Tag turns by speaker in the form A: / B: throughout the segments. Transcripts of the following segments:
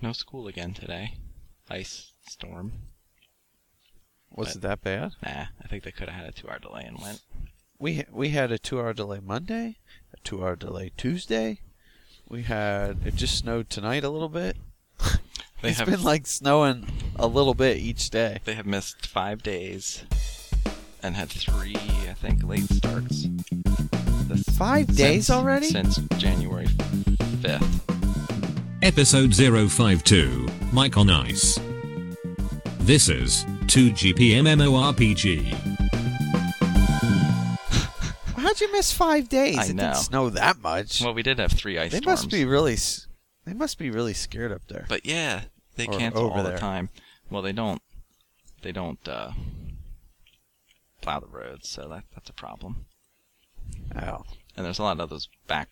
A: No school again today. Ice storm.
B: Was
A: But-
B: it that bad?
A: Nah, I think they could have had a two-hour delay and went.
B: We we had a two-hour delay Monday, a two-hour delay Tuesday. We had it just snowed tonight a little bit.
A: They
B: It's
A: have
B: been like snowing a little bit each day.
A: they have missed five days and had three, I think, late starts. This-
B: Five
A: since-
B: days already?
A: Since January fifth.
C: Episode 052 Mike on Ice. This is 2GPMMORPG.
B: How'd you miss five days?
A: I
B: it
A: know.
B: didn't snow that much.
A: Well, we did have three ice
B: they
A: storms.
B: must be really. s- They must be really scared up there.
A: But yeah, they
B: Or
A: cancel
B: over
A: all
B: there.
A: the time. Well, they don't. They don't uh, plow the roads, so that that's a problem.
B: Oh,
A: And there's a lot of those back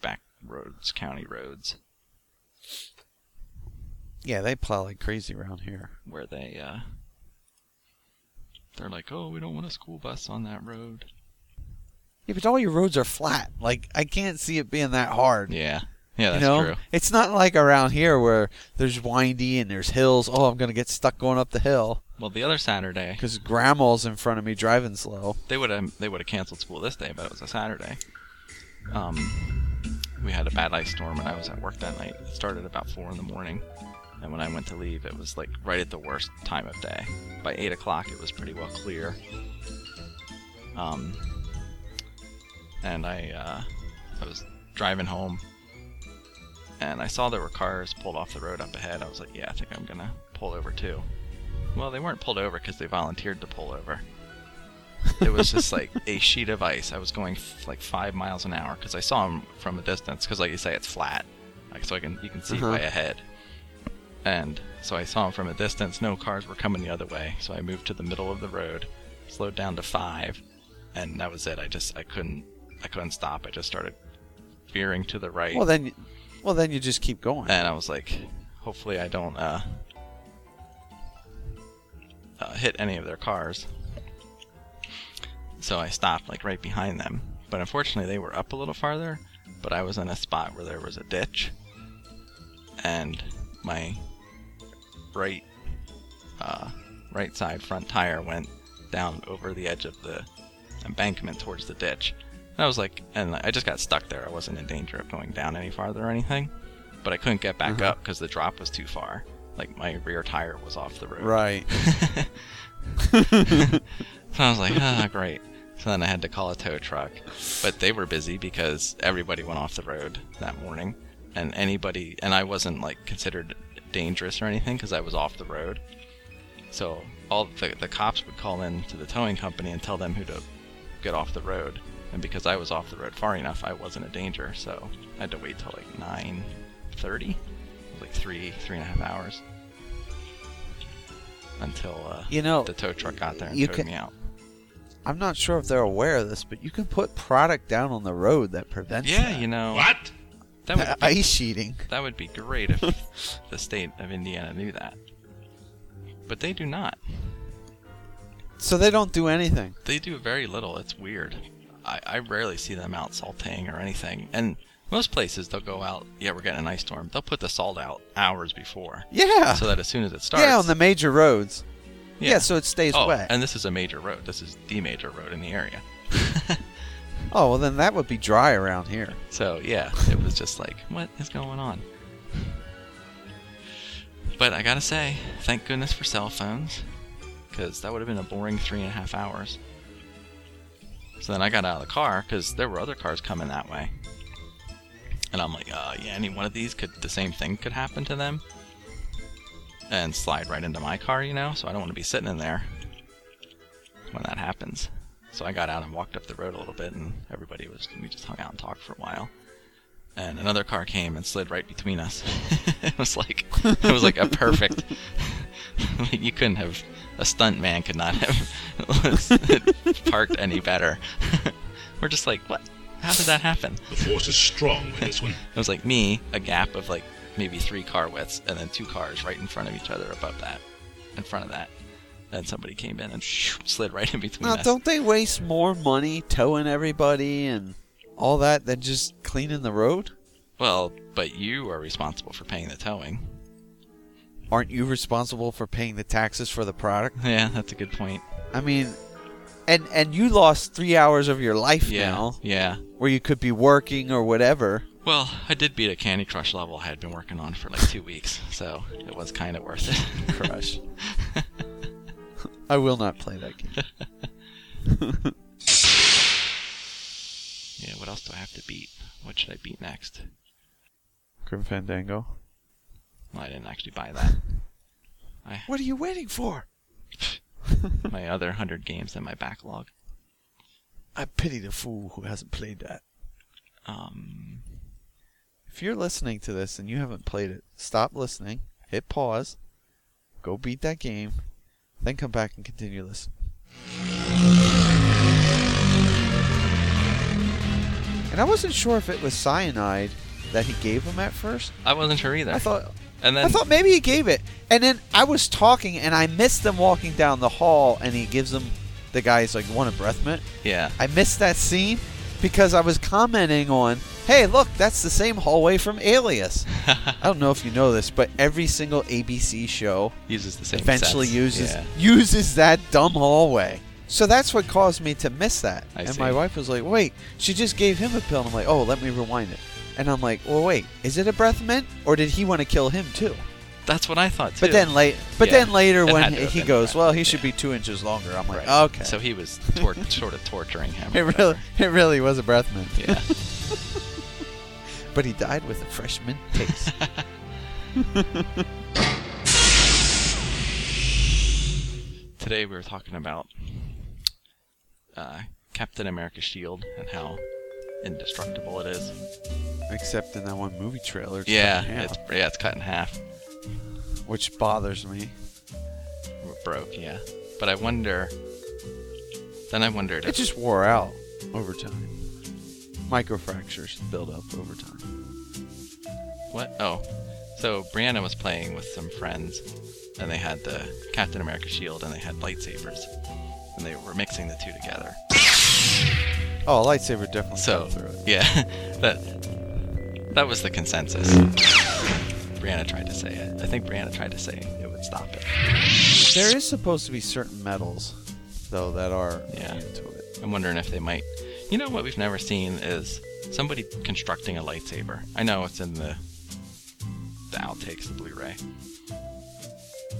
A: back roads, county roads,
B: yeah, they plow like crazy around here.
A: where they uh, they're like, oh, we don't want a school bus on that road.
B: Yeah, but all your roads are flat. Like I can't see it being that hard.
A: Yeah, yeah, that's
B: you know,
A: true.
B: it's not like around here where there's windy and there's hills. Oh, I'm gonna get stuck going up the hill
A: Well, the other Saturday,
B: because grandma's in front of me driving slow.
A: they would have they would have canceled school this day, but it was a Saturday. Um, we had a bad ice storm, and I was at work that night. It started about four in the morning, and when I went to leave, it was like right at the worst time of day. By eight o'clock, it was pretty well clear. Um, and I uh, I was driving home, and I saw there were cars pulled off the road up ahead. I was like, yeah, I think I'm gonna pull over too. Well, they weren't pulled over because they volunteered to pull over it was just like a sheet of ice. I was going f- like five miles an hour because I saw him from a distance. Because like you say, it's flat, like so I can you can see
B: Uh-huh.
A: way ahead. And so I saw him from a distance. No cars were coming the other way, so I moved to the middle of the road, slowed down to five, and that was it. I just I couldn't I couldn't stop. I just started veering to the right,
B: Well then, well then you just keep going.
A: and I was like, hopefully I don't uh, uh, hit any of their cars. So I stopped like right behind them. But unfortunately, they were up a little farther. But I was in a spot where there was a ditch, and my right uh, right side front tire went down over the edge of the embankment towards the ditch. And I was like, and I just got stuck there. I wasn't in danger of going down any farther or anything, but I couldn't get back up 'cause up because the drop was too far. Like my rear tire was off the road.
B: Right.
A: So I was like, ah, great. So then I had to call a tow truck. But they were busy because everybody went off the road that morning. And anybody, and I wasn't like considered dangerous or anything because I was off the road. So all the, the cops would call in to the towing company and tell them who to get off the road. And because I was off the road far enough, I wasn't a danger. So I had to wait till like 9.30. It was like three, three and a half hours until uh,
B: You know,
A: the tow truck got there and
B: you
A: towed
B: can-
A: me out.
B: I'm not sure if they're aware of this, but you can put product down on the road that prevents.
A: Yeah,
B: that.
A: you know
D: What?
A: that would be,
B: ice sheeting.
A: that would be great if the state of Indiana knew that, but they do not.
B: So they don't do anything.
A: They do very little. It's weird. I, I rarely see them out salting or anything. And most places they'll go out. Yeah, we're getting an ice storm. They'll put the salt out hours before,
B: Yeah.
A: so that as soon as it starts,
B: yeah, on the major roads. Yeah,
A: Yeah.
B: so it stays
A: oh,
B: wet.
A: and this is a major road. This is the major road in the area.
B: oh, well then that would be dry around here.
A: So yeah, it was just like, what is going on? But I gotta say, thank goodness for cell phones, because that would have been a boring three and a half hours. So then I got out of the car because there were other cars coming that way, and I'm like, uh, yeah, any one of these could the same thing could happen to them, and slide right into my car, you know. So I don't want to be sitting in there when that happens. So I got out and walked up the road a little bit, and everybody was we just hung out and talked for a while. And another car came and slid right between us. it was like it was like a perfect. like you couldn't have a stunt man could not have parked any better. We're just like what? How did that happen?
D: The force is strong with this one.
A: It was like me, a gap of like maybe three car widths, and then two cars right in front of each other above that, in front of that. And somebody came in and slid right in between
B: Now,
A: us.
B: don't they waste more money towing everybody and all that than just cleaning the road?
A: Well, but you are responsible for paying the towing.
B: aren't you responsible for paying the taxes for the product?
A: Yeah, that's a good point.
B: I mean, and and you lost three hours of your life
A: Yeah.
B: now,
A: Yeah.
B: where you could be working or whatever.
A: Well, I did beat a Candy Crush level I had been working on for like two weeks, so it was kind of worth it.
B: Crush. I will not play that game.
A: yeah, what else do I have to beat? What should I beat next?
B: Grim Fandango.
A: Well, I didn't actually buy that.
B: What are you waiting for?
A: My other 100 games in my backlog.
B: I pity the fool who hasn't played that.
A: Um,
B: If you're listening to this and you haven't played it, stop listening, hit pause, go beat that game, then come back and continue listening. And I wasn't sure if it was cyanide that he gave him at first.
A: I wasn't sure either.
B: I thought
A: and then
B: I thought maybe he gave it. And then I was talking and I missed them walking down the hall and he gives them the guy's like want a breath mint.
A: yeah,
B: I missed that scene because I was commenting on, hey, look, that's the same hallway from Alias. I don't know if you know this, but every single ABC show
A: uses the same.
B: eventually
A: sets.
B: uses
A: Yeah.
B: uses that dumb hallway. So that's what caused me to miss that.
A: I
B: and
A: see.
B: my wife was like, "Wait, she just gave him a pill." And I'm like, "Oh, let me rewind it." And I'm like, "Well, wait, is it a breath mint, or did he want to kill him too?"
A: That's what I thought too.
B: But then late, but
A: Yeah,
B: then later
A: it
B: when
A: had to have
B: he
A: been
B: goes,
A: breath
B: "Well,
A: mint,
B: he should
A: yeah.
B: be two inches longer." I'm like,
A: Right.
B: "Okay."
A: So he was tor- sort of torturing him.
B: it
A: or
B: really, it really was a breath mint.
A: whatever. Yeah.
B: but he died with a freshman taste.
A: Today we were talking about uh, Captain America's shield and how indestructible it is.
B: Except in that one movie trailer, it's cut in
A: Yeah,
B: half,
A: it's yeah, it's cut in half.
B: which bothers me.
A: We're broke, yeah. But I wonder. Then I wondered.
B: It
A: If,
B: just wore out over time. Microfractures build up over time.
A: what? Oh, so Brianna was playing with some friends, and they had the Captain America shield and they had lightsabers, and they were mixing the two together.
B: Oh, a lightsaber definitely
A: So
B: cut through it.
A: yeah, that that was the consensus.
B: Mm.
A: Brianna tried to say it. I think Brianna tried to say it would stop it.
B: There is supposed to be certain metals, though, that are
A: Yeah.
B: immune to it.
A: I'm wondering if they might. You know what we've never seen is somebody constructing a lightsaber. I know it's in the the outtakes of Blu-ray,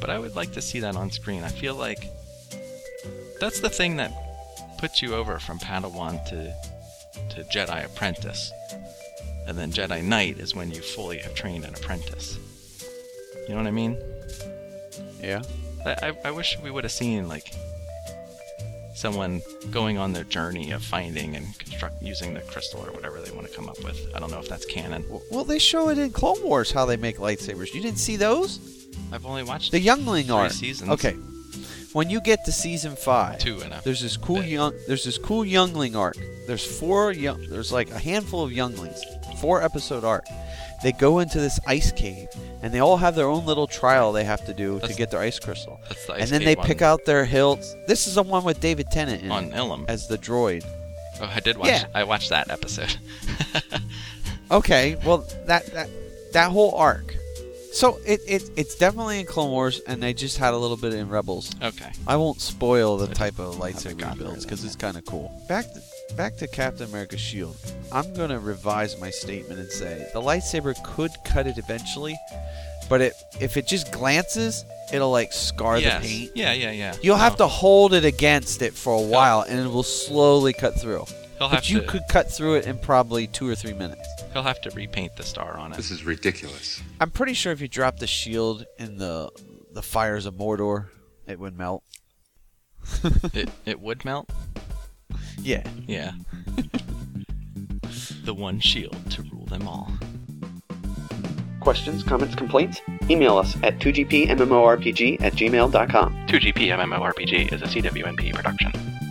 A: but I would like to see that on screen. I feel like that's the thing that puts you over from Padawan to to Jedi apprentice, and then Jedi Knight is when you fully have trained an apprentice. You know what I mean?
B: Yeah.
A: I, I, I wish we would have seen like someone going on their journey of finding and construct using the crystal or whatever they want to come up with. I don't know if that's canon.
B: W- Well, they show it in Clone Wars how they make lightsabers. You didn't see those?
A: I've only watched
B: The Youngling
A: Three
B: are.
A: seasons.
B: Okay. When you get to season five,
A: two and a
B: There's this cool
A: bit.
B: young. There's this cool youngling arc. There's four young. There's like a handful of younglings. Four episode arc. They go into this ice cave, and they all have their own little trial they have to do to
A: That's-
B: get their ice crystal.
A: that's the ice
B: and then
A: cave
B: they
A: one
B: pick out their hilts. This is the one with David Tennant in
A: on
B: it
A: Ilum.
B: as the droid.
A: Oh, I did watch.
B: Yeah.
A: I watched that episode.
B: Okay, well that that that whole arc. So it, it it's definitely in Clone Wars, and they just had a little bit in Rebels.
A: okay.
B: I won't spoil the
A: I
B: type of
A: haven't
B: lightsaber
A: gotten
B: he builds
A: there
B: because
A: yet.
B: it's kind of cool. Back to, back to Captain America's shield. I'm gonna revise my statement and say the lightsaber could cut it eventually, but it if it just glances, it'll like scar
A: yes. Oh.
B: the paint.
A: Yeah, yeah, yeah.
B: You'll have to
A: No,
B: hold it against it for a while, and it will slowly cut through.
A: He'll have
B: but you
A: to.
B: could cut through it in probably two or three minutes.
A: He'll have to repaint the star on it.
E: This is ridiculous.
B: I'm pretty sure if you drop the shield in the the fires of Mordor, it would melt.
A: it it would melt.
B: Yeah.
A: Yeah. the one shield to rule them all.
F: Questions, comments, complaints? Email us at 2gpmmorpg at gmail.com.
A: 2GP MMORPG is a CWNP production.